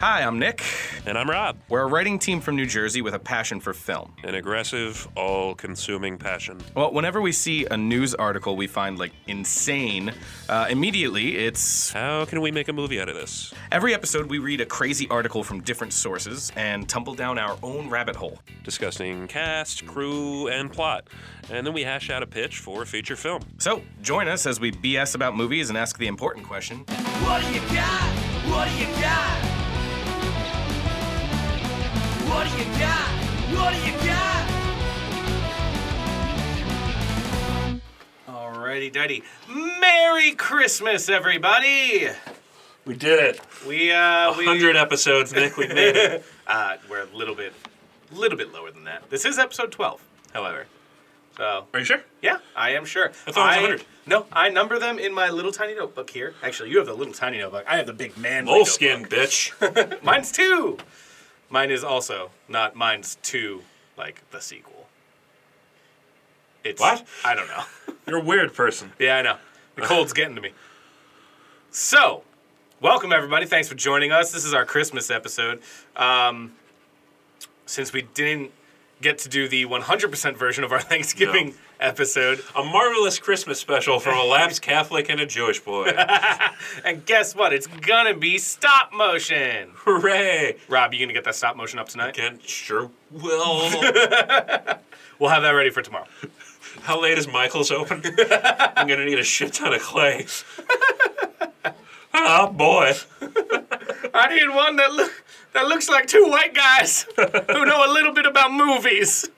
Hi, I'm Nick. And I'm Rob, We're a writing team from New Jersey with a passion for film. an aggressive, all consuming passion. Well, whenever we see a news article we find like insane, uh, immediately it's How can we make a movie out of this? every episode we read a crazy article from different sources and tumble down our own rabbit hole. Discussing cast, crew, and plot. And then we hash out a pitch for a feature film. So join us as we BS about movies and ask the important question What do you got? What do you got? What do you got? What do you got? Alrighty, Daddy. Merry Christmas, everybody! We did it. We uh, we 100 episodes, Nick. We made it. uh, we're a little bit, little bit lower than that. This is episode twelve, however. So Are you sure? yeah, I am sure. I thought it was 100. No, I number them in my little tiny notebook here. Actually, you have the little tiny notebook. I have the big man. Moleskin, bitch. Mine's two. Mine is also not mine's two, like the sequel. It's What? I don't know. You're a weird person. Yeah, I know. The cold's getting to me. So, welcome everybody. Thanks for joining us. This is our Christmas episode. Um, since we didn't get to do the 100% version of our Thanksgiving No. episode, A marvelous Christmas special from a lapsed Catholic and a Jewish boy. and guess what? It's gonna be stop motion. Hooray! Rob, you gonna get that stop motion up tonight? Again, sure will. We'll have that ready for tomorrow. How late is Michael's open? I'm gonna need a shit ton of clay. oh boy. I need one that look that looks like two white guys who know a little bit about movies.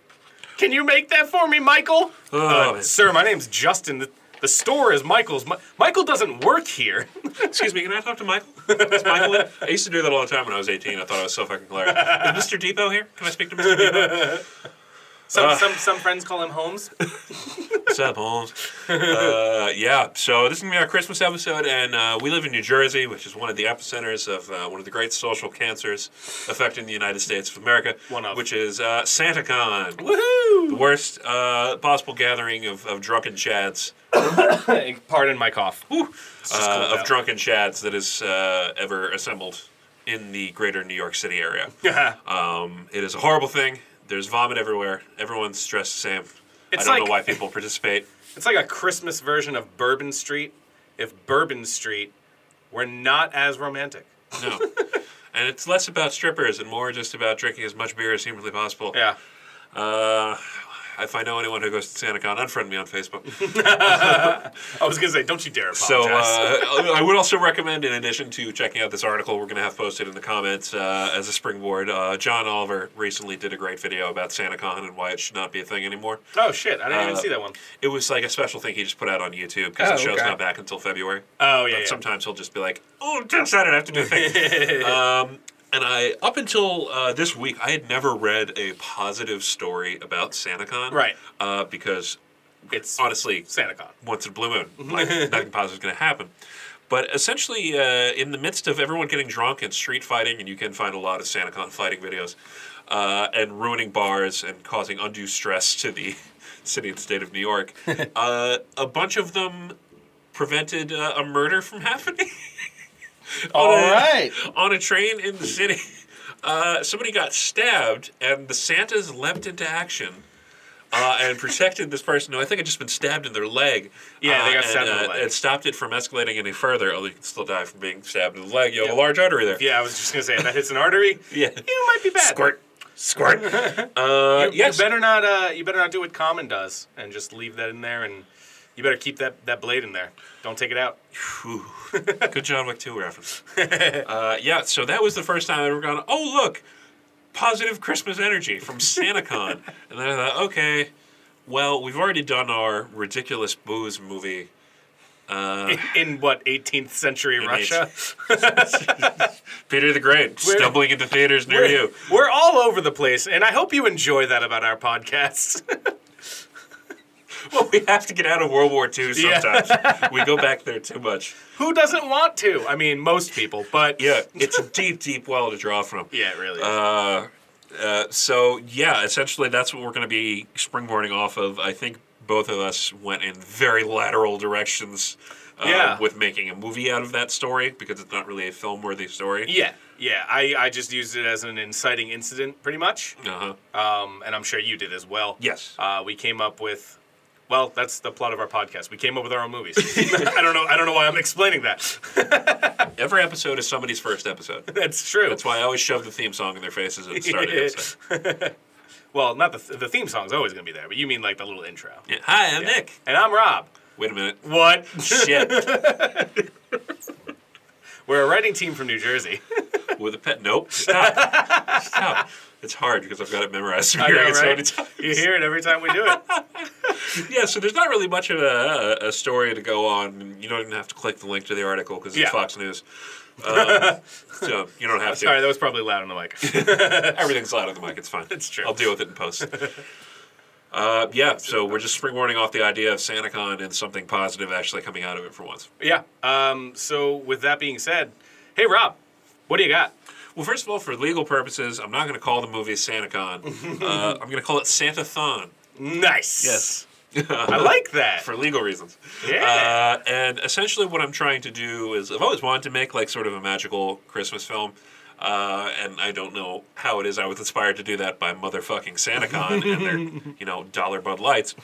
Can you make that for me, Michael? Oh, Uh, sir, my name's Justin. The, the store is Michael's. Mi- Michael doesn't work here. Excuse me, can I talk to Michael? Is Michael in? I used to do that all the time when I was 18. I thought I was so fucking clever. Is Mr. Depot here? Can I speak to Mr. Depot? Some, some, some friends call him Holmes. What's up, Holmes? Uh, yeah, so this is going to be our Christmas episode, and uh, we live in New Jersey, which is one of the epicenters of uh, one of the great social cancers affecting the United States of America, One of. which is uh, SantaCon. Woohoo! The worst uh, possible gathering of, of drunken chads. Pardon my cough. uh, cold of out. drunken chads that is uh, ever assembled in the greater New York City area. um, it is a horrible thing. There's vomit everywhere. Everyone's dressed the same. It's I don't like- know why people participate. It's like a Christmas version of Bourbon Street. If Bourbon Street were not as romantic. No. and it's less about strippers and more just about drinking as much beer as humanly possible. Yeah. Uh, if I know anyone who goes to SantaCon, unfriend me on Facebook. I was gonna say, don't you dare apologize. So uh, I would also recommend, in addition to checking out this article we're going to have posted in the comments uh, as a springboard, uh, John Oliver recently did a great video about SantaCon and why it should not be a thing anymore. oh shit, I didn't even uh, see that one. It was like a special thing he just put out on YouTube because Oh, the show's okay. not back until February. Oh yeah. But yeah. sometimes he'll just be like, "Oh, damn, I don't have to do a thing." um, and I, up until uh, this week, I had never read a positive story about SantaCon, Right. Uh, because it's honestly, SantaCon. once in a blue moon. Mm-hmm. Like nothing positive is going to happen. But essentially, uh, in the midst of everyone getting drunk and street fighting, and you can find a lot of SantaCon fighting videos, uh, and ruining bars and causing undue stress to the city and state of New York, uh, a bunch of them prevented uh, a murder from happening. All right. On a train in the city, uh, somebody got stabbed, and the Santas leapt into action uh, and protected this person who I think had just been stabbed in their leg. Yeah, they got uh, and, stabbed in the uh, leg. And stopped it from escalating any further, although you can still die from being stabbed in the leg. You have a large artery there. Yeah, I was just gonna say if that hits an artery, Yeah. you might be bad. Squirt. Squirt. uh, You, yes. you better not. Uh, you better not do what Common does and just leave that in there, and you better keep that, that blade in there. Don't take it out. Ooh. Good John Wick 2 reference. uh, yeah, so that was the first time I ever gone, oh, look, positive Christmas energy from SantaCon. and then I thought, okay, well, we've already done our ridiculous booze movie. Uh, In what 18th century Russia? Peter the Great, stumbling into theaters near you. We're all over the place, and I hope you enjoy that about our podcast. Well, we have to get out of World War II Yeah. sometimes. we go back there too much. Who doesn't want to? I mean, most people, but Yeah, it's a deep, deep well to draw from. yeah, it really. is. Uh, uh, so yeah, essentially that's what we're going to be springboarding off of. I think both of us went in very lateral directions. Uh, Yeah. With making a movie out of that story because it's not really a film worthy story. yeah, Yeah, I, I just used it as an inciting incident, pretty much. Uh huh. Um, and I'm sure you did as well. Yes. Uh, we came up with, well, that's the plot of our podcast. We came up with our own movies. I don't know. I don't know why I'm explaining that. Every episode is somebody's first episode. That's true. That's why I always shove the theme song in their faces at the start of the episode. well, not the th- the theme song's always gonna be there, but you mean like the little intro. Yeah. Hi, I'm Yeah. Nick. And I'm Rob. Wait a minute. What? Shit. We're a writing team from New Jersey. With a pet. Nope. Stop. Stop. It's hard because I've got it memorized. from I know, hearing it so right? many times. You hear it every time we do it. Yeah, so there's not really much of a, a story to go on. You don't even have to click the link to the article because it's Yeah. Fox News. Um, so you don't have to. Sorry, that was probably loud on the mic. Everything's loud on the mic. It's fine. It's true. I'll deal with it in post. Uh, yeah, so we're just springboarding off the idea of SantaCon and something positive actually coming out of it for once. yeah. Um, so with that being said, hey Rob, what do you got? Well, first of all, for legal purposes, I'm not going to call the movie SantaCon. uh, I'm going to call it Santathon Nice. Yes. I like that. for legal reasons. Yeah. Uh, and essentially, what I'm trying to do is I've always wanted to make like sort of a magical Christmas film. Uh, and I don't know how it is I was inspired to do that by motherfucking SantaCon and their, you know, dollar Bud Lights.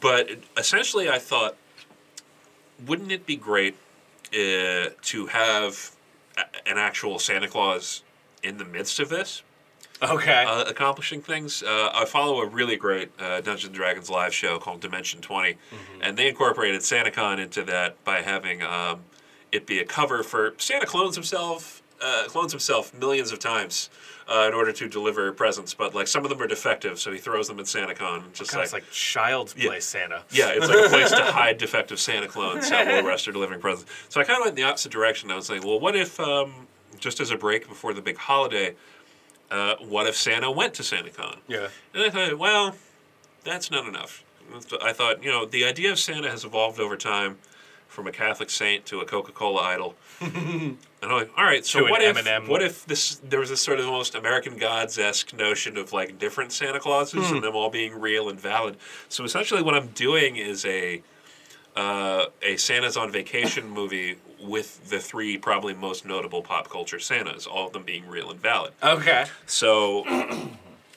but essentially, I thought, wouldn't it be great uh, to have a- an actual Santa Claus in the midst of this? okay. uh, accomplishing things. Uh, I follow a really great uh, Dungeons and Dragons live show called Dimension 20, Mm-hmm. and they incorporated SantaCon into that by having um, it be a cover for Santa clones himself. Uh, clones himself millions of times uh, in order to deliver presents, but like some of them are defective, so he throws them at SantaCon. Just God, it's like child's play, Yeah. Santa. yeah, it's like a place to hide defective Santa clones, have low rest or delivering presents. So I kind of went in the opposite direction. I was like, well, what if, um, just as a break before the big holiday, uh, what if Santa went to SantaCon? Yeah. And I thought, well, that's not enough. I thought, you know, the idea of Santa has evolved over time from a Catholic saint to a Coca Cola idol. and I'm like, all right, so To an what if, M&M. what if this there was this sort of almost American Gods esque notion of like different Santa Clauses Hmm. and them all being real and valid? So essentially, what I'm doing is a uh, a Santa's on vacation movie with the three probably most notable pop culture Santas, all of them being real and valid. Okay. So,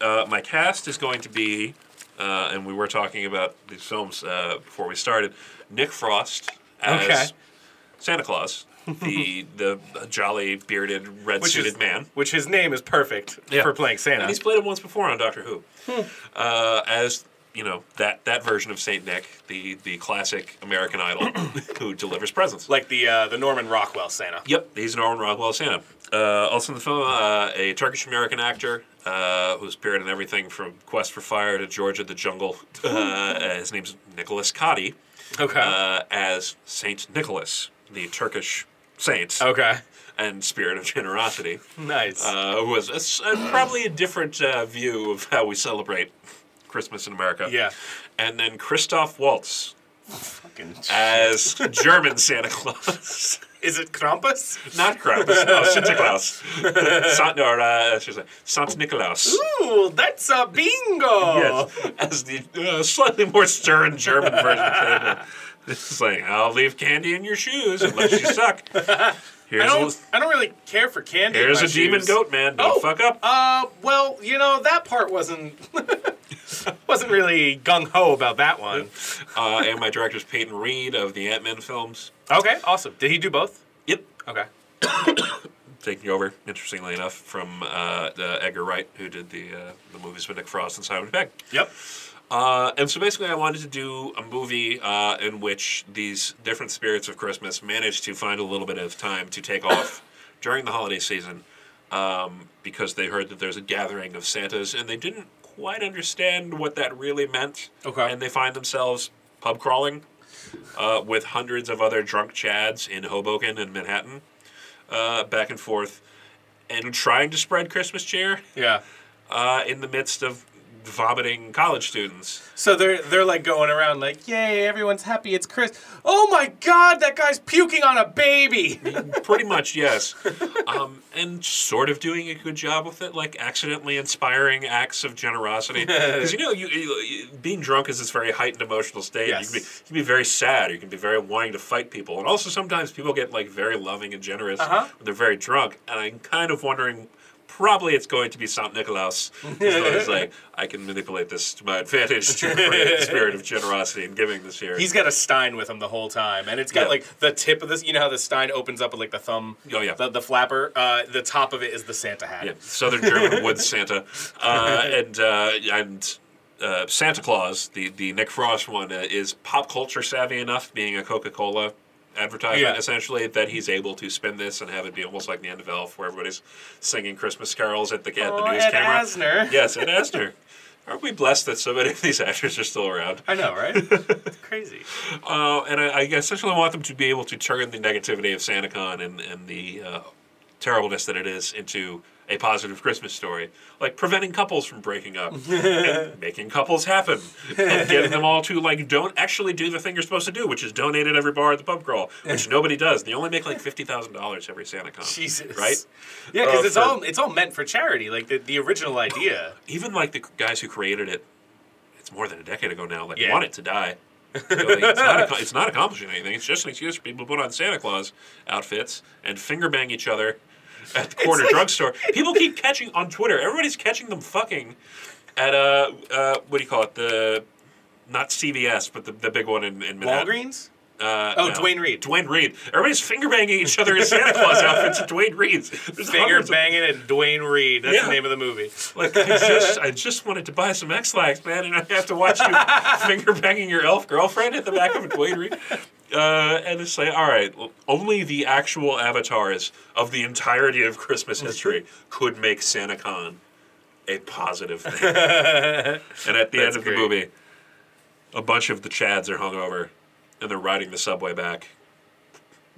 uh, my cast is going to be, uh, and we were talking about these films uh, before we started. Nick Frost as Okay. Santa Claus, the the uh, jolly bearded red suited man. Which his name is perfect Yeah. for playing Santa. And he's played him once before on Doctor Who, Hmm. uh, as you know that that version of Saint Nick, the the classic American Idol, who delivers presents. like the uh, the Norman Rockwell Santa. Yep, he's an Norman Rockwell Santa. Uh, also in the film, uh, a Turkish American actor uh, who's appeared in everything from Quest for Fire to Georgia the Jungle. Uh, his name's Nicholas Cody Okay. uh, as Saint Nicholas, the Turkish saint okay. and spirit of generosity, Nice. uh, who has a s- a- probably a different uh, view of how we celebrate Christmas in America. yeah. And then Christoph Waltz Fucking- as German Santa Claus. Is it Krampus? Not Krampus. Oh, Santa Claus. Sant, or, uh, excuse me, Sant Nikolaus. Ooh, that's a bingo. Yes, as the uh, slightly more stern German version of Santa. It's like, I'll leave candy in your shoes unless you suck. Here's I a, don't. I don't really care for candy. in here's my a demon shoes. goat, man. Don't Oh. fuck up. Uh, well, you know that part wasn't wasn't really gung ho about that one. Uh, and my director's Peyton Reed of the Ant Man films. Okay, awesome. Did he do both? Yep. Okay. Taking over, interestingly enough, from uh, the Edgar Wright, who did the uh, the movies with Nick Frost and Simon Pegg. Yep. Uh, and so basically, I wanted to do a movie uh, in which these different spirits of Christmas managed to find a little bit of time to take off during the holiday season um, because they heard that there's a gathering of Santas and they didn't quite understand what that really meant. Okay. And they find themselves pub crawling uh, with hundreds of other drunk Chads in Hoboken and Manhattan uh, back and forth and trying to spread Christmas cheer Yeah. uh, in the midst of vomiting college students. So they're they're like going around like, yay, everyone's happy, it's Chris. Oh my god, that guy's puking on a baby. Pretty much, yes. Um, and sort of doing a good job with it, like accidentally inspiring acts of generosity. Because you know, you, you- being drunk is this very heightened emotional state. Yes. You, can be, you can be very sad, or you can be very wanting to fight people. And also, sometimes people get like very loving and generous Uh-huh. when they're very drunk. And I'm kind of wondering. Probably it's going to be Saint Nicholas. It's like I can manipulate this to my advantage to create the spirit of generosity and giving this year. He's got a Stein with him the whole time, and it's got Yeah. like the tip of this. You know how the Stein opens up with like the thumb. Oh, yeah. The, the flapper. Uh, the top of it is the Santa hat. Yeah, Southern German woods Santa, uh, and uh, and uh, Santa Claus, the the Nick Frost one, uh, is pop culture savvy enough, being a Coca Cola advertisement Yeah. essentially, that he's able to spin this and have it be almost like the end of Elf, where everybody's singing Christmas carols at the at Oh, the news Ed camera. Asner. Yes, Ed Asner. Aren't we blessed that so many of these actors are still around? I know, right? It's crazy. Uh, and I, I essentially want them to be able to turn the negativity of SantaCon and, and the uh, terribleness that it is into a positive Christmas story, like preventing couples from breaking up, and making couples happen, and getting them all to like don't actually do the thing you're supposed to do, which is donate at every bar at the pub crawl, which nobody does. They only make like fifty thousand dollars every SantaCon. Jesus. Right? Yeah, because Uh, it's for- all it's all meant for charity. Like the, the original idea. Even like the guys who created it, it's more than a decade ago now. Like Yeah. want it to die. So, like, it's, not ac- it's not accomplishing anything. It's just an excuse for people to put on Santa Claus outfits and finger bang each other at the corner like- drugstore. People keep catching on Twitter. Everybody's catching them fucking at uh, uh what do you call it? The not CVS, but the, the big one in, in Manhattan. Walgreens. Uh, Oh, no. Dwayne Reed. Dwayne Reed. Everybody's finger banging each other in Santa Claus outfits at Dwayne Reed's. There's Finger hundreds of- banging at Dwayne Reed. That's Yeah. the name of the movie. Like I just, I just wanted to buy some X-Lax, man, and I have to watch you finger banging your elf girlfriend at the back of a Dwayne Reed. Uh, and it's like, all right, well, only the actual avatars of the entirety of Christmas history could make SantaCon a positive thing. and at the end That's of great. the movie, a bunch of the Chads are hungover, and they're riding the subway back,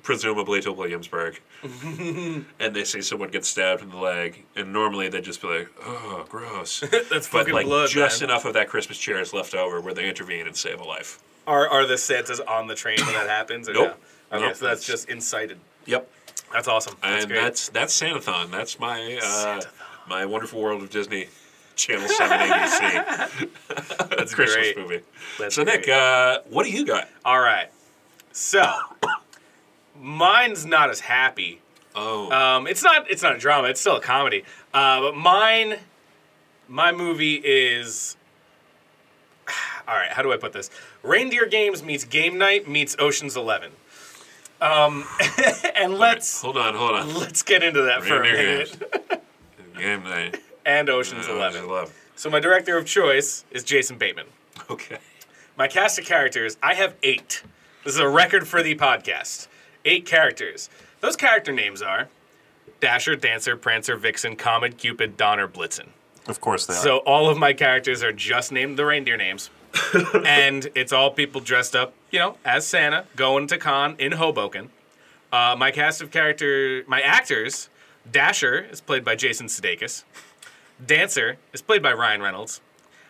presumably to Williamsburg and they see someone get stabbed in the leg, and normally they'd just be like, "Oh, gross." That's but fucking like, blood. just man. enough of that Christmas cheer is left over where they intervene and save a life. Are are the Santas on the train when that happens? Or Nope. No? Okay, Nope. so that's just incited. Yep, That's awesome. That's and great. that's that's Santathon. That's my uh, my wonderful world of Disney Channel Seven ABC that's Christmas great. movie. That's so Nick, great. uh, what do you got? All right. So mine's not as happy. Oh, Um, it's not. It's not a drama. It's still a comedy. Uh, but mine, my movie is. All right. How do I put this? Reindeer Games meets Game Night meets Ocean's Eleven. Um, and let's hold on, hold on. let's get into that for a Reindeer minute. Games. Game night. And Ocean's Eleven. So my director of choice is Jason Bateman. Okay. My cast of characters, I have eight. This is a record for the podcast. Eight characters. Those character names are Dasher, Dancer, Prancer, Vixen, Comet, Cupid, Donner, Blitzen. Of course they are. So all of my characters are just named the reindeer names. and it's all people dressed up, you know, as Santa, going to con in Hoboken. Uh, my cast of character, my actors, Dasher is played by Jason Sudeikis. Dancer is played by Ryan Reynolds.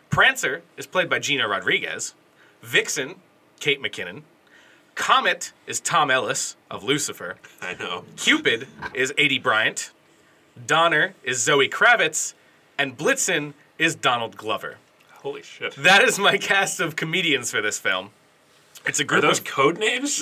Prancer is played by Gina Rodriguez. Vixen, Kate McKinnon. Comet is Tom Ellis of Lucifer. I know. Cupid is A.D. Bryant. Donner is Zoe Kravitz. And Blitzen is Donald Glover. Holy shit. That is my cast of comedians for this film. It's a Are group those of. code names?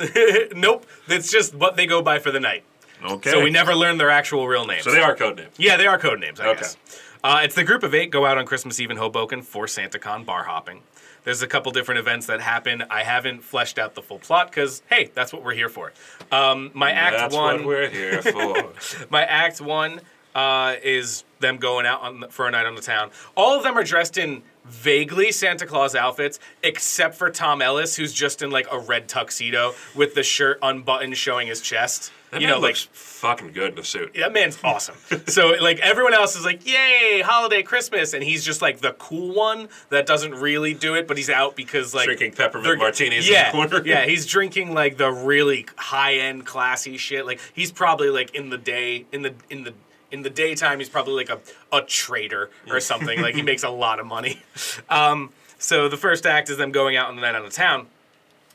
nope, that's just what they go by for the night. Okay. So we never learn their actual real names. So they are code names. Yeah, they are code names, I Okay. guess. Uh, it's the group of eight go out on Christmas Eve in Hoboken for SantaCon bar hopping. There's a couple different events that happen. I haven't fleshed out the full plot because, hey, that's what we're here for. Um, my act That's one. what we're here for. My act one uh, is them going out on the, for a night on the town. All of them are dressed in vaguely Santa Claus outfits, except for Tom Ellis, who's just in like a red tuxedo with the shirt unbuttoned, showing his chest. That you man know, like looks fucking good in a suit. that man's awesome. so like everyone else is like, yay, holiday Christmas, and he's just like the cool one that doesn't really do it, but he's out because like Drinking peppermint they're- martinis in Yeah, the corner. yeah, he's drinking like the really high end classy shit. Like he's probably like in the day in the in the in the daytime, he's probably like a, a trader or something. like he makes a lot of money. Um, so the first act is them going out on the night out of town.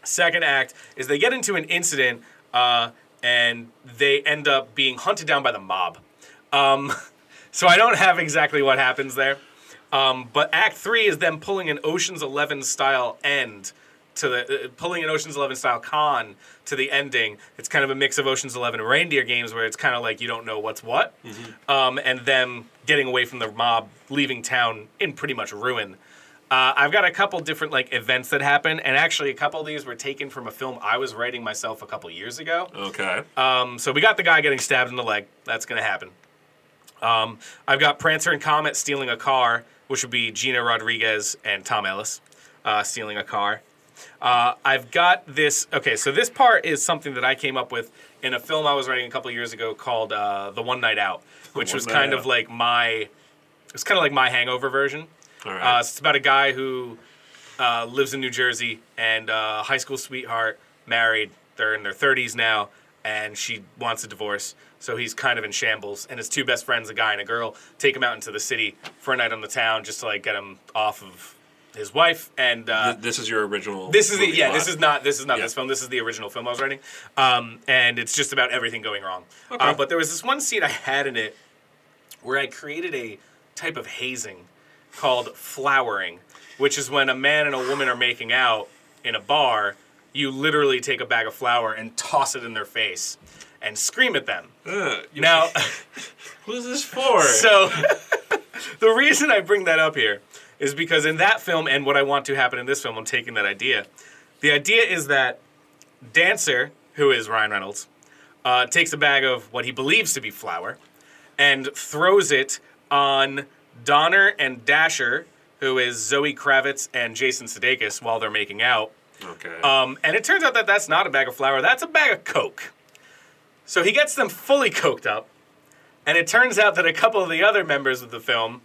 Second act is they get into an incident uh, and they end up being hunted down by the mob. Um, so I don't have exactly what happens there. Um, but act three is them pulling an Ocean's Eleven style end to the uh, pulling an Ocean's Eleven style con to the ending. It's kind of a mix of Ocean's Eleven and reindeer games where it's kind of like you don't know what's what, um, and them getting away from the mob, leaving town in pretty much ruin. Uh, I've got a couple different like events that happen, and actually a couple of these were taken from a film I was writing myself a couple years ago. Okay. Um, so we got the guy getting stabbed in the leg. That's gonna happen. Um, I've got Prancer and Comet stealing a car, which would be Gina Rodriguez and Tom Ellis uh, stealing a car. Uh, I've got this. Okay, so this part is something that I came up with in a film I was writing a couple years ago called uh, "The One Night Out," which One was Night kind of Out. like my. It's kind of like my hangover version. All right. Uh, it's about a guy who uh, lives in New Jersey and uh, high school sweetheart, married. They're in their 30s now, and she wants a divorce. So he's kind of in shambles, and his two best friends, a guy and a girl, take him out into the city for a night on the town just to like get him off of his wife. And uh, Th- this is your original. this is the, movie yeah. plot. This is not this is not Yeah. this film. This is the original film I was writing, um, and it's just about everything going wrong. Uh, but there was this one scene I had in it where I created a type of hazing called flowering, which is when a man and a woman are making out in a bar. You literally take a bag of flour and toss it in their face and scream at them. Ugh, Uh, you- Now. who's this for? So the reason I bring that up here is because in that film and what I want to happen in this film, I'm taking that idea. The idea is that Dancer, who is Ryan Reynolds, uh, takes a bag of what he believes to be flour and throws it on Donner and Dasher, who is Zoe Kravitz and Jason Sudeikis, while they're making out. okay. Um, and it turns out that that's not a bag of flour, that's a bag of Coke. So he gets them fully coked up, and it turns out that a couple of the other members of the film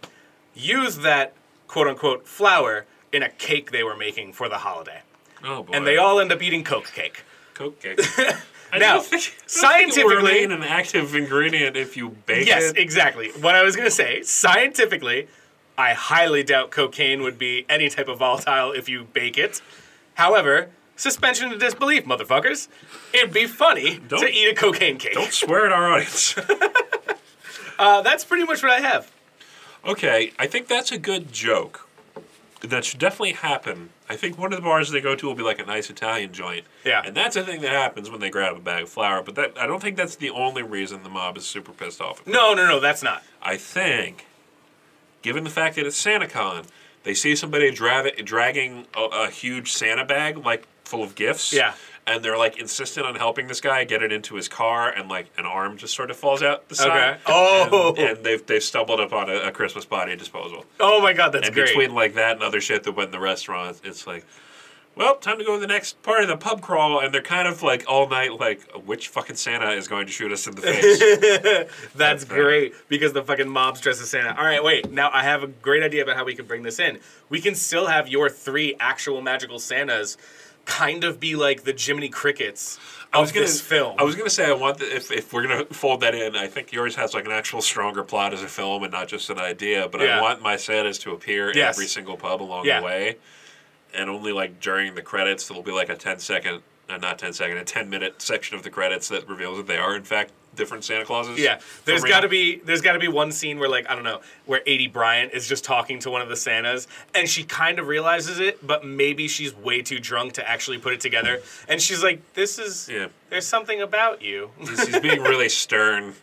used that quote unquote flour in a cake they were making for the holiday. oh boy. And they all end up eating Coke cake. Coke cake. I Now, don't think- I don't think it will scientifically, remain an active ingredient if you bake yes, it. exactly. What I was going to say, scientifically, I highly doubt cocaine would be any type of volatile if you bake it. However, suspension of disbelief, motherfuckers. It'd be funny Don't- to eat a cocaine cake. Don't swear at our audience. Uh, that's pretty much what I have. Okay, I think that's a good joke. That should definitely happen. I think one of the bars they go to will be like a nice Italian joint. Yeah. And that's a thing that happens when they grab a bag of flour, but that I don't think that's the only reason the mob is super pissed off. No, no, no, that's not. I think, given the fact that it's SantaCon, they see somebody dra- dragging a, a huge Santa bag, like full of gifts. Yeah. And they're like insistent on helping this guy get it into his car, and like an arm just sort of falls out the side. Okay. Oh. And, and they've, they've stumbled upon a, a Christmas body disposal. Oh my god, that's And great. between like that and other shit that went in the restaurant, it's like, well, time to go to the next part of the pub crawl, and they're kind of like all night, like, which fucking Santa is going to shoot us in the face? that's fair. great because the fucking mob's dressed as Santa. All right, wait. Now I have a great idea about how we can bring this in. We can still have your three actual magical Santas kind of be like the Jiminy Crickets Uh, of I was gonna this film. I was gonna say I want the, if if we're gonna fold that in, I think yours has like an actual stronger plot as a film and not just an idea. But Yeah. I want my Santas to appear in Yes. every single pub along Yeah. the way, and only like during the credits there'll be like a 10 second, uh, not 10 second, a 10 minute section of the credits that reveals that they are in fact different Santa Clauses. Yeah, there's For real. got to be there's got to be one scene where like I don't know where Adie Bryant is just talking to one of the Santas and she kind of realizes it, but maybe she's way too drunk to actually put it together, and she's like, "This is Yeah. there's something about you." He's, he's being really stern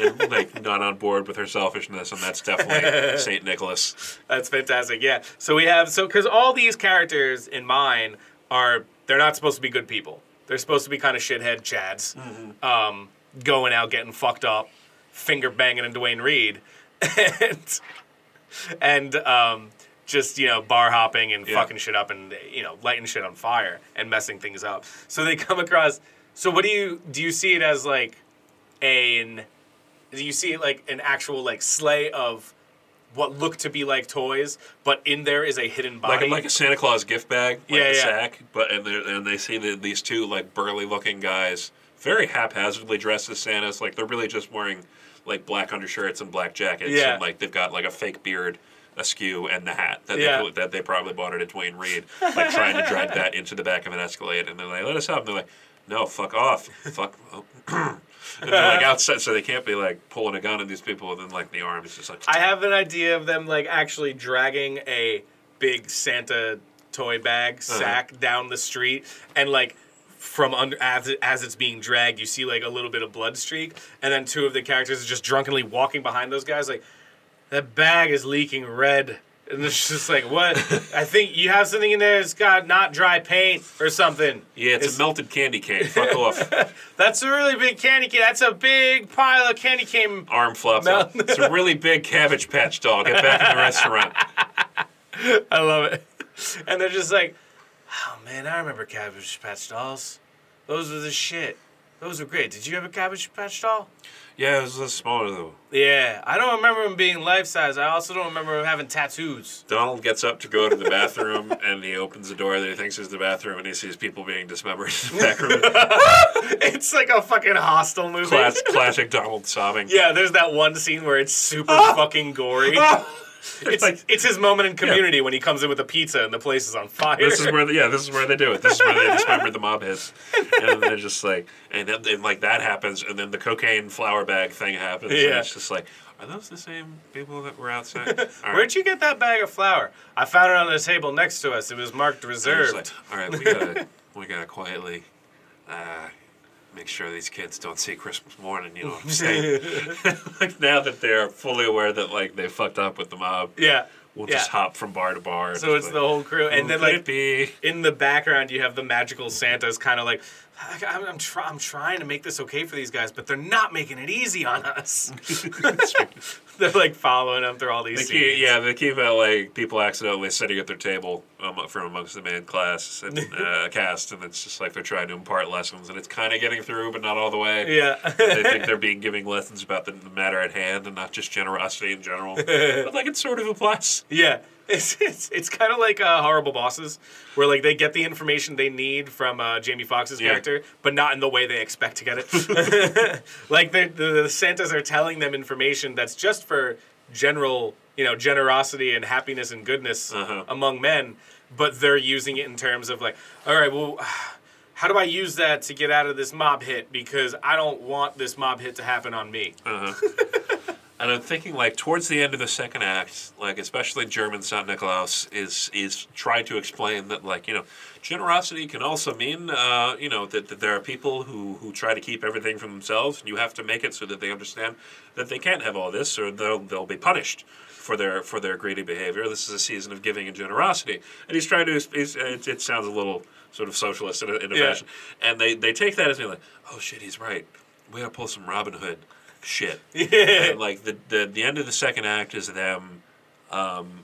and, and like not on board with her selfishness, and that's definitely Saint Nicholas. That's fantastic. Yeah. So we have so because all these characters in mine are they're not supposed to be good people. They're supposed to be kind of shithead chads, um, going out getting fucked up, finger banging and Dwayne Reed, and and um, just you know bar hopping and Yeah. fucking shit up and you know lighting shit on fire and messing things up. So they come across. So what do you do? You see it as like an do you see like an actual like sleigh of what look to be like toys, but in there is a hidden Like body. a, like a Santa Claus gift bag, like Yeah, a yeah. sack, but and they and they see that these two like burly looking guys, very haphazardly dressed as Santas, like they're really just wearing like black undershirts and black jackets, Yeah. and like they've got like a fake beard, askew, and the hat that Yeah. they, that they probably bought at a Dwayne Reed, like trying to drag that into the back of an Escalade, and they're like, "Let us up," and they're like, "No, fuck off, fuck." oh." and they're like outside, so they can't be like pulling a gun at these people, and then like the arm is just like, I have an idea of them like actually dragging a big Santa toy bag Uh-huh. sack down the street and like from under as, it, as it's being dragged you see like a little bit of blood streak and then two of the characters are just drunkenly walking behind those guys like that bag is leaking red and it's just like what i think you have something in there it's got not dry paint or something "Yeah, it's, a melted candy cane. Fuck off, that's a really big candy cane that's a big pile of candy cane arm flops out. It's a really big cabbage patch dog. Get back in the restaurant." I love it. And they're just like, oh man, I remember Cabbage Patch Dolls. Those were the shit. Those were great. Did you have a Cabbage Patch Doll? Yeah, it was a little smaller though. Yeah. I don't remember him being life size. I also don't remember him having tattoos. Donald gets up to go to the bathroom and he opens the door that he thinks is the bathroom and he sees people being dismembered in the back room. It's like a fucking hostile movie. Class, classic Donald sobbing. Yeah, there's that one scene where it's super fucking gory. It's, like- it's his moment in community when he comes in with a pizza and the place is on fire. This is where the, yeah, this is where they do it. This is where they dismember the mob hits. And then they're just like and then and like that happens and then the cocaine flower bag thing happens. And Yeah. it's just like, are those the same people that were outside? All right. Where'd you get that bag of flour? I found it on the table next to us. It was marked And it's reserved. like, all right, we gotta we gotta quietly uh, make sure these kids don't see Christmas morning. You know what I'm saying? like now that they're fully aware that like they fucked up with the mob, yeah. we'll yeah. just hop from bar to bar. So it's the whole crew, and then like be? in the background, you have the magical Santas, kind of like, "Fuck, I'm I'm, try- I'm trying to make this okay for these guys, but they're not making it easy on us. they're like following them through all these They scenes. keep, yeah, they keep out like people accidentally sitting at their table um, from amongst the man class and uh, cast, and it's just like they're trying to impart lessons, and it's kind of getting through, but not all the way. yeah. they think they're being giving lessons about the, the matter at hand and not just generosity in general. but like it sort of applies. Yeah, it's it's, it's kind of like uh, horrible bosses, where like they get the information they need from uh, Jamie Foxx's Yeah. character, but not in the way they expect to get it. like the, the the Santas are telling them information that's just for general, you know, generosity and happiness and goodness Uh-huh. among men, but they're using it in terms of like, all right, well. How do I use that to get out of this mob hit? Because I don't want this mob hit to happen on me. Uh. And I'm thinking like towards the end of the second act, like especially German Saint Nicolaus is is trying to explain that like you know generosity can also mean uh, you know that, that there are people who who try to keep everything for themselves, and you have to make it so that they understand that they can't have all this, or they'll they'll be punished for their for their greedy behavior. This is a season of giving and generosity, and he's trying to. He's, it, it sounds a little sort of socialist in a, in a Yeah. fashion, and they they take that as being like, oh shit, he's right. We gotta pull some Robin Hood shit and like the, the the end of the second act is them um,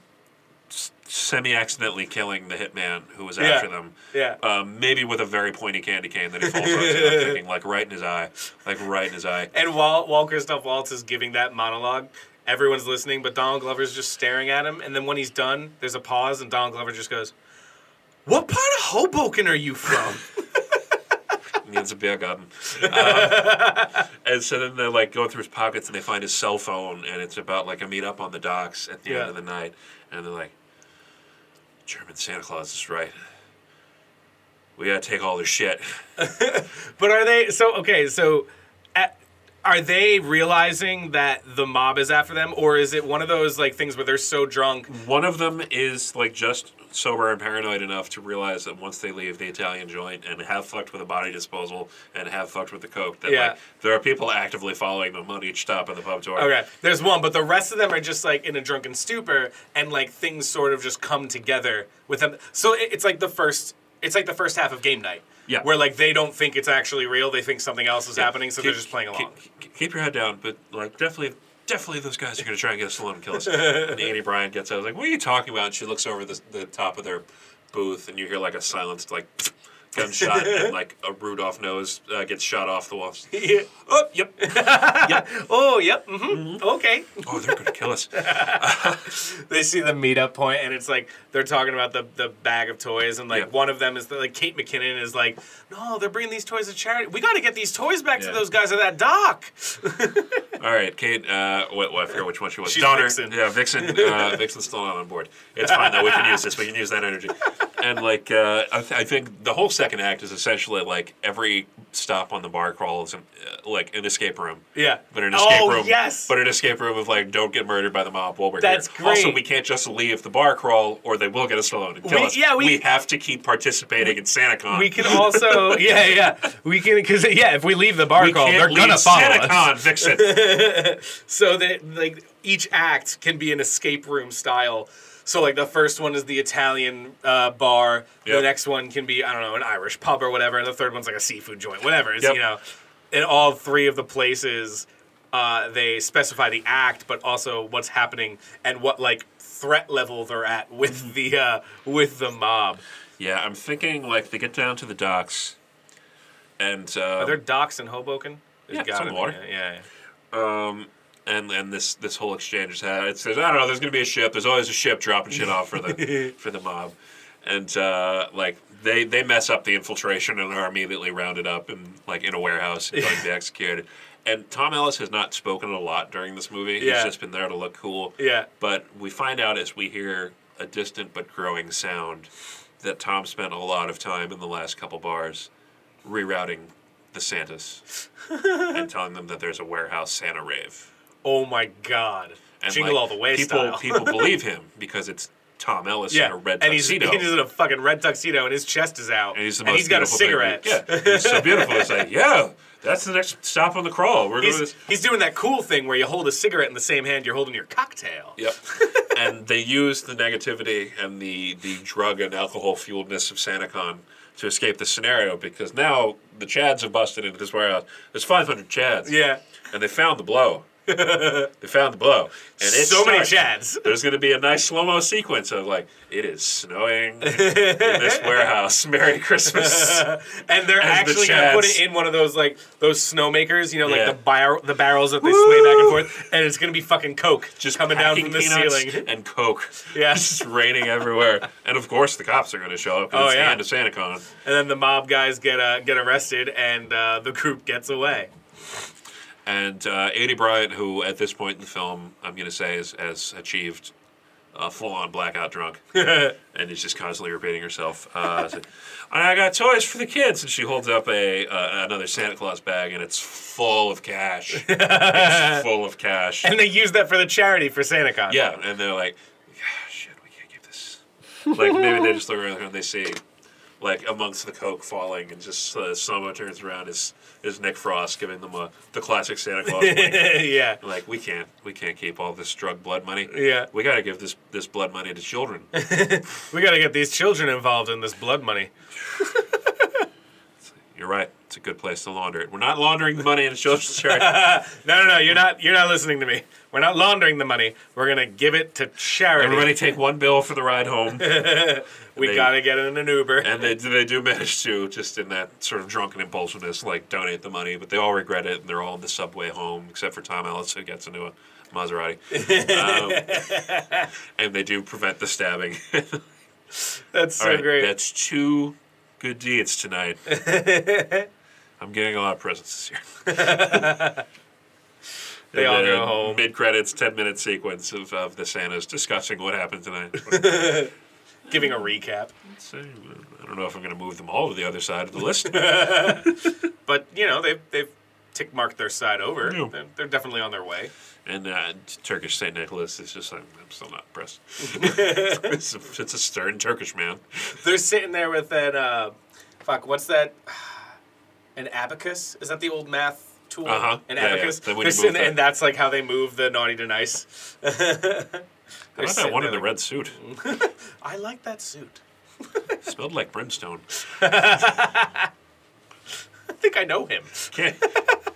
semi accidentally killing the hitman who was after them. Yeah. Um, maybe with a very pointy candy cane that he falls onto, I'm thinking like right in his eye, like right in his eye. And while while Christoph Waltz is giving that monologue, everyone's listening, but Donald Glover's just staring at him. And then when he's done, there's a pause, and Donald Glover just goes, "What part of Hoboken are you from?" needs a beer garden. Um, and so then they like go through his pockets and they find his cell phone and it's about like a meetup on the docks at the Yeah. end of the night and they're like, German Santa Claus is right. We gotta take all their shit. but are they so okay? So. At, are they realizing that the mob is after them, or is it one of those like things where they're so drunk? One of them is like just sober and paranoid enough to realize that once they leave the Italian joint and have fucked with a body disposal and have fucked with the coke, that Yeah. Oh, like there are people actively following them on each stop on the pub tour. Okay, there's one, but the rest of them are just like in a drunken stupor, and like things sort of just come together with them. So it, it's like the first, it's like the first half of game night. Yeah. Where like they don't think it's actually real; they think something else is happening, so they're Keep- just playing along. Keep, keep- keep your head down, but like definitely, definitely those guys are gonna try and get us alone and kill us. and Annie Bryant gets out. I was like, "What are you talking about?" And she looks over the, the top of their booth, and you hear like a silenced like gunshot, and like a Rudolph nose uh, gets shot off the wall. Yeah. Oh, yep. Oh, yep. hmm Okay. Oh, they're gonna kill us. They see the meetup point, and it's like they're talking about the, the bag of toys, and like Yeah. one of them is the, like Kate McKinnon is like, no, they're bringing these toys to charity. We got to get these toys back to Yeah. those guys at that dock. All right, Kate. Uh, what, what, I forget which one she was. She's Donner. Vixen. Yeah, Vixen. Uh, Vixen's still not on board. It's fine though. We can use this. We can use that energy. And like, uh, I, th- I think the whole second act is essentially like every stop on the bar crawl is an, uh, like an escape room. Yeah. But an escape oh, room. yes. But an escape room of like, don't get murdered by the mob while we're That's here. Also, great. we can't just leave the bar crawl, or they will get us alone and kill We- us. yeah, we- have to keep participating in SantaCon. we can also, yeah, yeah. We can, because, yeah, if we leave the bar We call, can't they're going to leave follow us. SantaCon, Vixen. so that like each act can be an escape room style. So like the first one is the Italian uh, bar, the Yep. next one can be I don't know an Irish pub or whatever, and the third one's like a seafood joint, whatever. It's, Yep. You know, in all three of the places, uh, they specify the act, but also what's happening and what like threat level they're at Mm-hmm. with the uh, with the mob. Yeah, I'm thinking like they get down to the docks, and Are there uh, docks in Hoboken? There's Yeah, it's gotta on be, water. Yeah, yeah. yeah. and and this this whole exchange is had. It says I don't know. There's gonna be a ship. There's always a ship dropping shit off for the for the mob, and uh, like they they mess up the infiltration and are immediately rounded up and like in a warehouse and going to be executed. And Tom Ellis has not spoken a lot during this movie. Yeah. He's just been there to look cool. Yeah. But we find out as we hear a distant but growing sound that Tom spent a lot of time in the last couple bars rerouting the Santas and telling them that there's a warehouse Santa rave. Oh my god! And Jingle like, all the way people, style. people believe him because it's Tom Ellis in a red and he's, tuxedo. he's in a fucking red tuxedo, and his chest is out, and he's the most and he's got a beautiful thing- cigarette. Yeah, he's so beautiful. It's like, yeah, that's the next stop on the crawl. We're doing He's, this. he's doing that cool thing where you hold a cigarette in the same hand you're holding your cocktail. Yep. and they use the negativity and the, the drug and alcohol fueledness of SantaCon to escape the scenario because now the Chads have busted into this warehouse. There's 500 Chads. Yeah. And they found the blow. they found the blow. And it's so many Chads. There's going to be a nice slow mo sequence of like, it is snowing in this warehouse. Merry Christmas. and they're As the actually gonna put Chads. it in one of those like those snowmakers, you know, like Yeah. the bar- the barrels that they sway back and forth, and it's gonna be fucking Coke just coming down packing from the peanuts ceiling. And Coke. Yeah. It's just raining everywhere. And of course, the cops are going to show up. 'cause Oh, it's yeah. the end of SantaCon. And then the mob guys get uh, get arrested, and uh, the group gets away. and uh, Aidy Bryant, who at this point in the film, I'm going to say, is, has achieved a full-on blackout drunk, and is just constantly repeating herself. Uh, so, I got toys for the kids, and she holds up a uh, another Santa Claus bag, and it's full of cash. it's full of cash. And they use that for the charity for SantaCon. yeah, and they're like, "Ah, shit, we can't keep this. Like maybe they just look around and they see. Like amongst the coke falling, and just uh, someone turns around is is Nick Frost giving them a, the classic Santa Claus wink. yeah. like we can't we can't keep all this drug blood money Yeah. we got to give this this blood money to children We gotta get these children involved in this blood money. you're right it's a good place to launder it we're not laundering the money in social charity No, no, no! You're not. You're not listening to me. We're not laundering the money. We're gonna give it to charity. everybody take one bill for the ride home we they- gotta get in an Uber. and they, they do manage to just in that sort of drunken impulsiveness like donate the money but they all regret it and they're all on the subway home except for tom ellis who gets into a maserati Um, and they do prevent the stabbing that's so All right, great. That's two good deeds tonight. I'm getting a lot of presents this year. They all go home. Mid credits, ten minute sequence of, of the Santas discussing what happened tonight. Giving a recap, So, I don't know if I'm going to move them all to the other side of the list. but you know they've they've tick marked their side over. Yeah. They're, they're definitely on their way. and uh, Turkish Saint Nicholas is just like I'm still not impressed. it's, a, it's a stern Turkish man. They're sitting there with that. Uh, fuck, what's that? An abacus? Is that the old math tool? Uh-huh. An Yeah, yeah. abacus. Then when They're you sitting move there, that- and that's like how they move the naughty to nice. How about that one in the red suit? I like that suit. Smelled like brimstone. I think I know him. Can't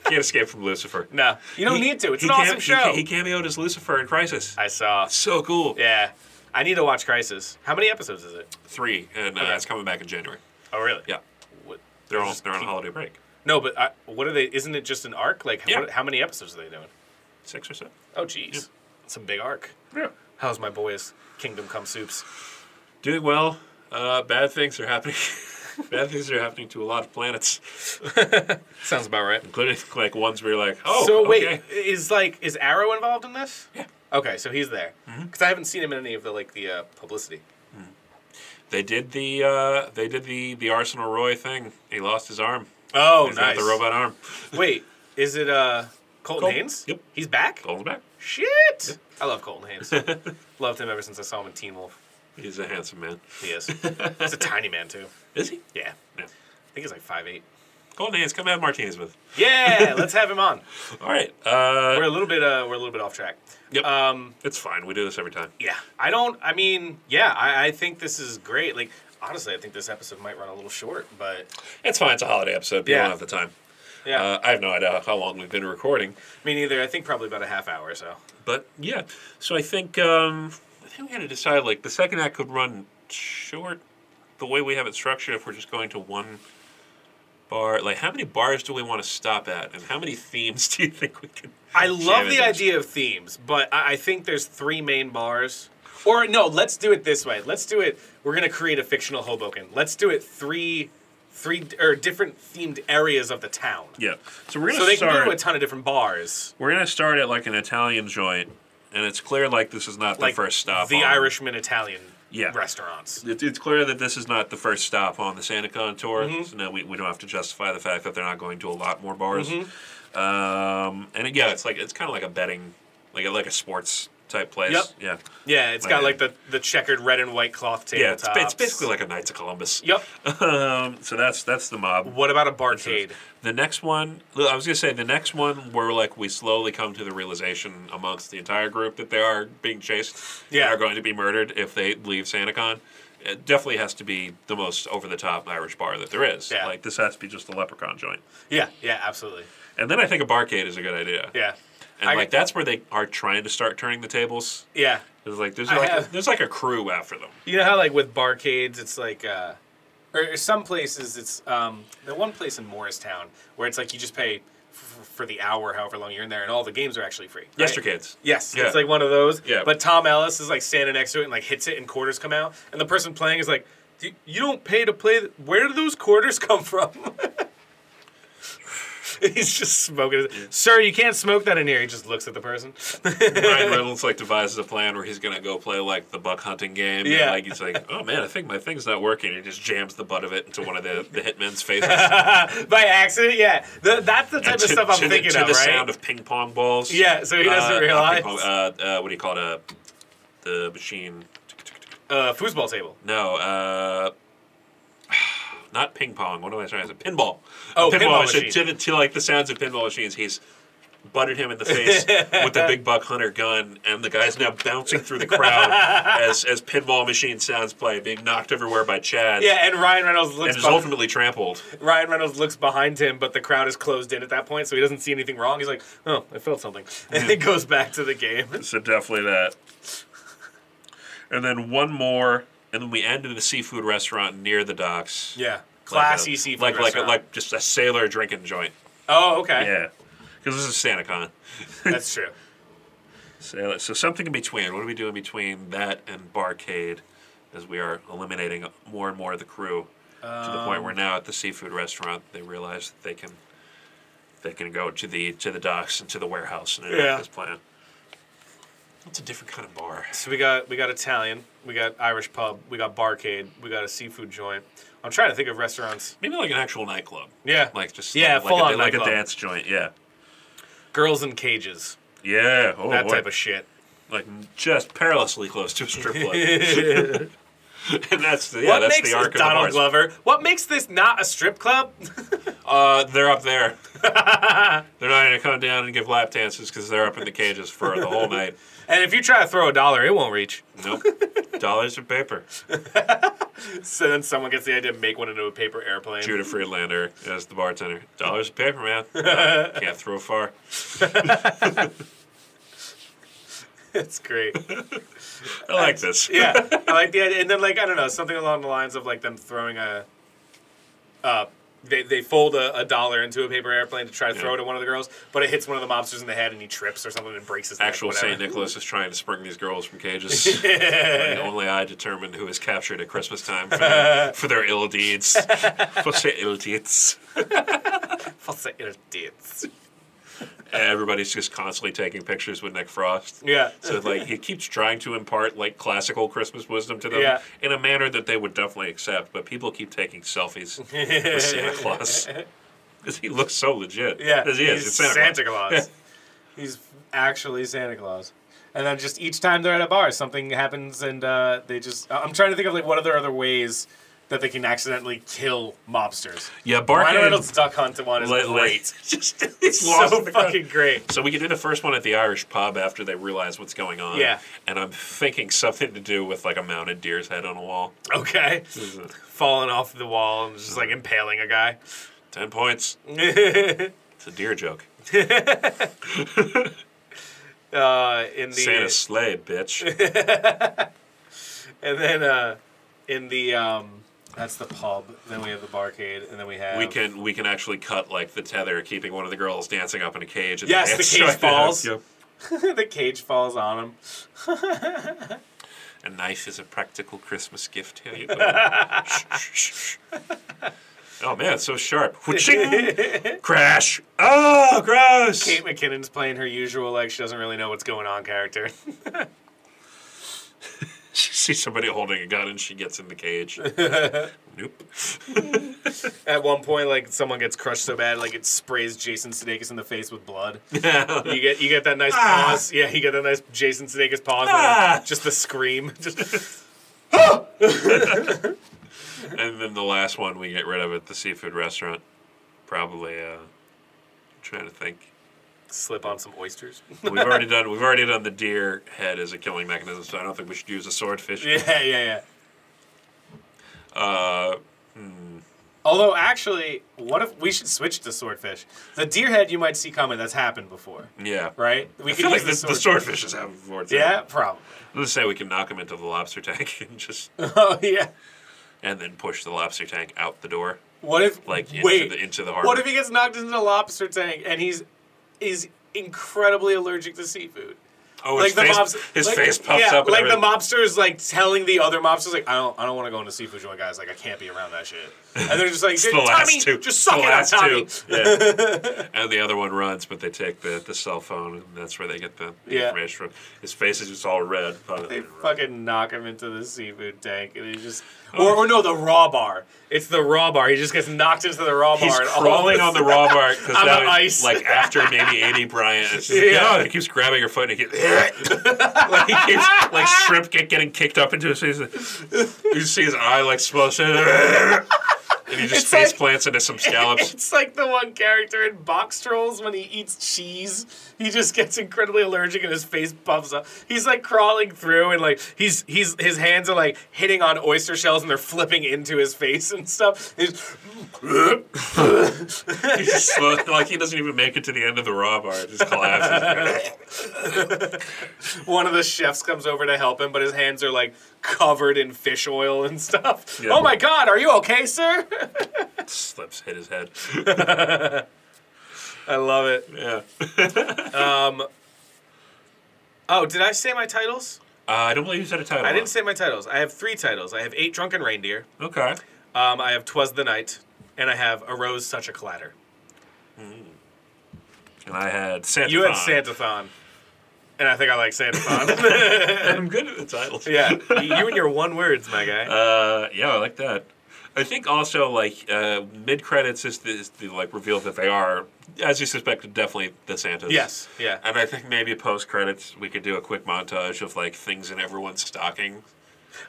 can't escape from Lucifer. No, you don't He- need to. It's he an cam- awesome he show. ca- He, cameoed as Lucifer in Crisis. I saw. So cool. Yeah. I need to watch Crisis. How many episodes is it? Three, and uh, Okay. it's coming back in January. Oh, really? Yeah. They're all they're on holiday break. No, but I, what are they? Isn't it just an arc? Like, Yeah. what, how many episodes are they doing? Six or seven. Oh, jeez, it's a big arc. Yeah. How's my boys? Kingdom Come Soups. Doing well. Uh, bad things are happening. bad things are happening to a lot of planets, Sounds about right. including like ones where you're like, oh, so wait, okay. is like is Arrow involved in this? Yeah. Okay, so he's there because I haven't seen him in any of the like the uh, publicity. They did the uh, they did the the Arsenal Roy thing. He lost his arm. Oh, He's got the robot arm. Wait, is it uh Colton Colton. Haynes? Yep. He's back. Golden's back. Shit. I love Colton Haynes. Loved him ever since I saw him in Teen Wolf. He's a handsome man. He is. He's a tiny man too. Is he? Yeah, I Yeah. think he's like five eight. Golden Hands, come have martinis with. Yeah, let's have him on. All right. Uh, We're a little bit uh, we're a little bit off track. Yep. Um, it's fine. We do this every time. yeah, I don't. I mean, yeah, I, I think this is great. Like, honestly, I think this episode might run a little short, but It's fine. It's a holiday episode. People Yeah. don't have the time. yeah, Uh, I have no idea how long we've been recording, me neither. I think probably about a half hour or so. but yeah. So I think um, I think we got to decide. Like the second act could run short, the way we have it structured. If we're just going to one bar, like how many bars do we want to stop at, and how many themes do you think we can? I jam love into the this? idea of themes, but I, I think there's three main bars. Or no, let's do it this way. Let's do it. We're gonna create a fictional Hoboken. Let's do it three, three or different themed areas of the town. Yeah. So we're gonna So they can go start. to a ton of different bars. we're gonna start at like an Italian joint, and it's clear like this is not Like the first stop. the on- Irishman Italian Yeah. restaurants. It, it's clear that this is not the first stop on the SantaCon tour, Mm-hmm. so now we, we don't have to justify the fact that they're not going to a lot more bars. Mm-hmm. Um, and yeah, it's like it's kind of like a betting, like a, like a sports type place. Yep. Yeah. Yeah, it's got like Like- the, the checkered red and white cloth table. Yeah, it's, ba- it's basically like a Knights of Columbus. Yep. Um, so that's that's the mob. What about a barcade? The next one, I was gonna say the next one where like we slowly come to the realization amongst the entire group that they are being chased, and Yeah. are going to be murdered if they leave SantaCon. It definitely has to be the most over the top Irish bar that there is. Yeah. Like this has to be just a leprechaun joint. Yeah, yeah, absolutely. And then I think a barcade is a good idea. Yeah. And I- like that's where they are trying to start turning the tables. Yeah. There's like there's I like have- there's like a crew after them. You know how like with barcades, it's like, uh, or, or some places it's um, the one place in Morristown where it's like you just pay f- f- for the hour, however long you're in there, and all the games are actually free. right? Yestercades. Yes, Yeah. it's like one of those. Yeah. But Tom Ellis is like standing next to it and like hits it and quarters come out, and the person playing is like, "Do- "You don't pay to play. th- Where do those quarters come from?" He's just smoking. His- Sir, you can't smoke that in here. He just looks at the person. Ryan Reynolds like devises a plan where he's gonna go play like the buck hunting game. and, Yeah. like he's like, oh man, I think my thing's not working. He just jams the butt of it into one of the, the hitman's faces. By accident, yeah. The, that's the type To- of stuff I'm to the- thinking to of, the right? sound of ping pong balls. Yeah, so he doesn't not ping realize. pong, uh, uh, what do you call it? Uh, the machine. uh, foosball table. No. Uh, not ping pong. What am I trying to say? Pinball. Oh, pinball machine. To, the, to like the sounds of pinball machines, he's butted him in the face with the big buck hunter gun, and the guy's now bouncing through the crowd as as pinball machine sounds play, being knocked everywhere by Chad. Yeah, and Ryan Reynolds And looks is beh- ultimately trampled. Ryan Reynolds looks behind him, but the crowd is closed in at that point, so he doesn't see anything wrong. He's like, "Oh, I felt something," and it goes back to the game. So definitely that. And then one more, and then we end in the seafood restaurant near the docks. Yeah, Like a- classy seafood Like like restaurant. like just a sailor drinking joint. oh, okay, Yeah, because this is SantaCon. that's true. So, so something in between. What do we do in between that and Barcade, as we are eliminating more and more of the crew to the point where Um. now at the seafood restaurant they realize that they can they can go to the to the docks and to the warehouse and Yeah. enact this plan. That's a different kind of bar. So we got we got Italian, we got Irish pub, we got barcade, we got a seafood joint. I'm trying to think of restaurants. Maybe like an actual nightclub. Yeah, Like just Yeah, like, full-on like, a, like a nightclub. dance joint. Yeah. girls in cages, Yeah. Oh, that boy. type of shit. like just perilously close to a strip club. and that's the, yeah, what that's makes the arc of this the Donald bars. Glover? What makes this not a strip club? Uh, they're up there. they're not gonna come down and give lap dances because they're up in the cages for the whole night. and if you try to throw a dollar, it won't reach. Nope. Dollars are paper. So then someone gets the idea to make one into a paper airplane. Judah Friedlander as the bartender. Dollars are paper, man. Uh, can't throw far. That's great. I like this. yeah, I like the idea. And then like I don't know something along the lines of like them throwing a, uh, they, they fold a, a dollar into a paper airplane to try to throw Yeah. it at one of the girls, but it hits one of the mobsters in the head and he trips or something and breaks his neck, Actual whatever. Saint Nicholas is trying to spring these girls from cages. And only I determined who is captured at Christmas time for their, for their ill deeds. for their ill deeds. False idiots. Everybody's just constantly taking pictures with Nick Frost. Yeah. So like he keeps trying to impart like classical Christmas wisdom to them Yeah. in a manner that they would definitely accept, but people keep taking selfies with Santa Claus because he looks so legit. Yeah, 'Cause he is. he's It's Santa, Santa, Claus. he's actually Santa Claus. And then just each time they're at a bar, something happens, and uh, they just. I- I'm trying to think of like what other other ways that they can accidentally kill mobsters. Yeah, Ryan Barkin Reynolds' duck hunt one is late, great. late. Just it's lost so in the crowd. fucking great. So we could do the first one at the Irish pub after they realize what's going on. Yeah. And I'm thinking something to do with like a mounted deer's head on a wall. Okay, falling off the wall and just like impaling a guy. Ten points. It's a deer joke. uh, in the Santa sleigh, bitch. and then uh, in the um, that's the pub. Then we have the barcade, and then we have we can we can actually cut like the tether, keeping one of the girls dancing up in a cage. and Yes, the dance cage right now. falls. Yep. the cage falls on him. A knife is a practical Christmas gift. Here you go. Shh, shh, shh, shh. Oh man, it's so sharp. Whooshing. Crash. Oh, gross. Kate McKinnon's playing her usual, like she doesn't really know what's going on character. She sees somebody holding a gun and she gets in the cage. nope. At one point, like someone gets crushed so bad, like it sprays Jason Sudeikis in the face with blood. You get you get that nice Ah. pause. Yeah, you get that nice Jason Sudeikis pause. Ah. And then just the scream. Just and then the last one we get rid of at the seafood restaurant. Probably uh trying to think. slip on some oysters. We've already done we've already done the deer head as a killing mechanism, so I don't think we should use a swordfish. yeah, yeah, yeah. Uh, Although, actually, what if we should switch to swordfish? The deer head you might see coming. That's happened before, yeah. right? We I feel like the, the sword- swordfish is having more time. Yeah, probably. Let's say we can knock him into the lobster tank and just oh yeah. and then push the lobster tank out the door. What if Like, into wait the- into the harbor. What if he gets knocked into the lobster tank and he's is incredibly allergic to seafood? Oh, Like his the face, mobs, his like- face pops yeah, up. and Like the everything. mobster is like telling the other mobsters, like I don't, I don't want to go into seafood joint, guys. Like I can't be around that shit. And they're just like, It's the last Tommy, two. just It's suck the it up, last Tommy. two. Yeah. and the other one runs, but they take the, the cell phone, and that's where they get the, the Yeah. information from. His face is just all red. They fucking knock him into the seafood tank, and he just, or, or no, the raw bar. It's the raw bar. He just gets knocked into the raw He's bar. and all crawling this- on the raw bar because On now the he's, ice. like after maybe 80 Bryant. It's just, Yeah. "Oh," he keeps grabbing her foot and he keeps, like, he keeps like shrimp get getting kicked up into his face. You see his eye like smoking. and he just It's face like- plants into some scallops. It's like the one character in Box Trolls when he eats cheese. He just gets incredibly allergic and his face puffs up. He's like crawling through and like he's he's his hands are like hitting on oyster shells and they're flipping into his face and stuff. He's- He's just slow, like he doesn't even make it to the end of the raw bar. It just collapses. one of the chefs comes over to help him, but his hands are like covered in fish oil and stuff. Yeah. Oh my god, are you okay, sir? Slips, hit his head. I love it. Yeah. Uh, Oh, did I say my titles? I don't believe you said a title. I didn't say my titles. I have three titles. I have Eight Drunken Reindeer. Okay. Um, I have Twas the Night, and I have A Rose Such a Clatter. And I had Santa. You had Claus. Santathon. And I think I like Santathon. I'm good at the titles. yeah. You and your one words, my guy. Uh, yeah, I like that. I think also like uh, mid credits is the, is the like reveal that they are, as you suspected, definitely the Santas. yes. Yeah. And I think maybe post credits we could do a quick montage of like things in everyone's stocking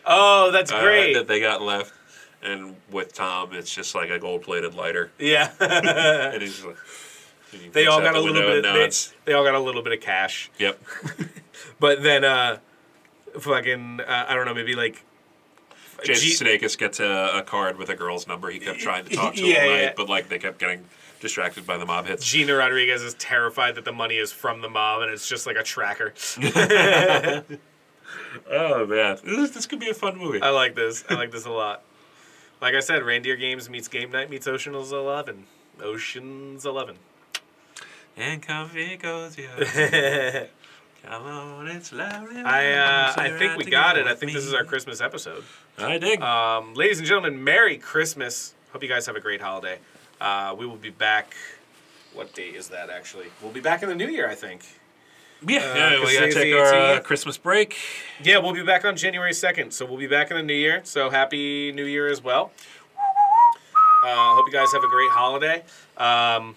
Oh, that's uh, great. that they got left. And with Tom, it's just like a gold plated lighter. yeah. And he's just like, and he Uh, they all looks out got a little the window bit and they, nods. they all got a little bit of cash. Yep. But then uh fucking uh, I don't know, maybe like Jason G- Sudeikis gets a, a card with a girl's number. He kept trying to talk to Yeah, all night, yeah. but like they kept getting distracted by the mob hits. Gina Rodriguez is terrified that the money is from the mob and it's just like a tracker. Oh man, this, this could be a fun movie. Uh, I like this. I like this a lot. Like I said, Reindeer Games meets Game Night meets Ocean's Eleven. Ocean's Eleven. And comfy goes you. Come on, it's lovely. I uh, I think we got it. I think this is our Christmas episode. I dig. Um, ladies and gentlemen, Merry Christmas. Hope you guys have a great holiday. Uh, we will be back. What date is that actually? We'll be back in the new year, I think. uh, yeah, yeah, we gotta today's take the our uh, 18th. Christmas break. Yeah, we'll be back on January 2nd. So we'll be back in the new year. So happy new year as well. Uh, hope you guys have a great holiday. Um,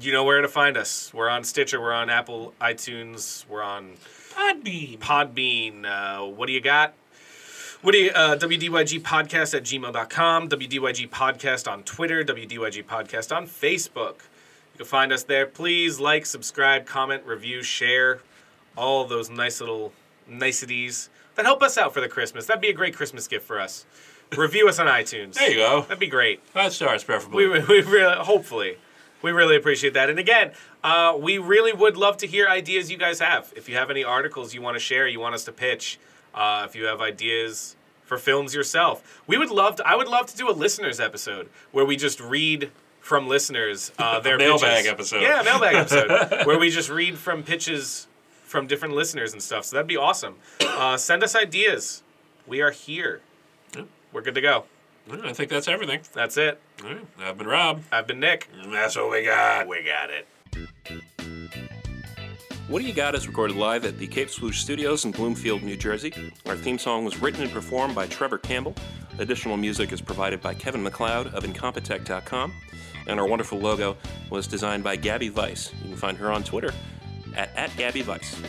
you know where to find us. We're on Stitcher, we're on Apple iTunes, we're on Podbeam. Podbean. Uh, what do you got? What do you, uh, WDYG podcast at gmail.com, WDYG podcast on Twitter, WDYG podcast on Facebook. You can find us there. Please like, subscribe, comment, review, share all those nice little niceties that help us out for the Christmas. That'd be a great Christmas gift for us. Review us on iTunes. There you go. That'd be great. Five stars, preferably. We, re- we really, hopefully, we really appreciate that. And again, uh, we really would love to hear ideas you guys have. If you have any articles you want to share, you want us to pitch, uh, if you have ideas for films yourself, we would love to. I would love to do a listeners episode where we just read from listeners uh, their Mailbag pitches. episode. Yeah, mailbag episode where we just read from pitches from different listeners and stuff. So that'd be awesome. Uh, send us ideas. We are here. Yep. We're good to go. I think that's everything. That's it. All right. I've been Rob. I've been Nick. And that's what we got. We got it. What Do You Got is recorded live at the Cape Swoosh Studios in Bloomfield, New Jersey. Our theme song was written and performed by Trevor Campbell. Additional music is provided by Kevin McLeod of Incompetech.com. And our wonderful logo was designed by Gabby Weiss. You can find her on Twitter at, at Gabby Weiss.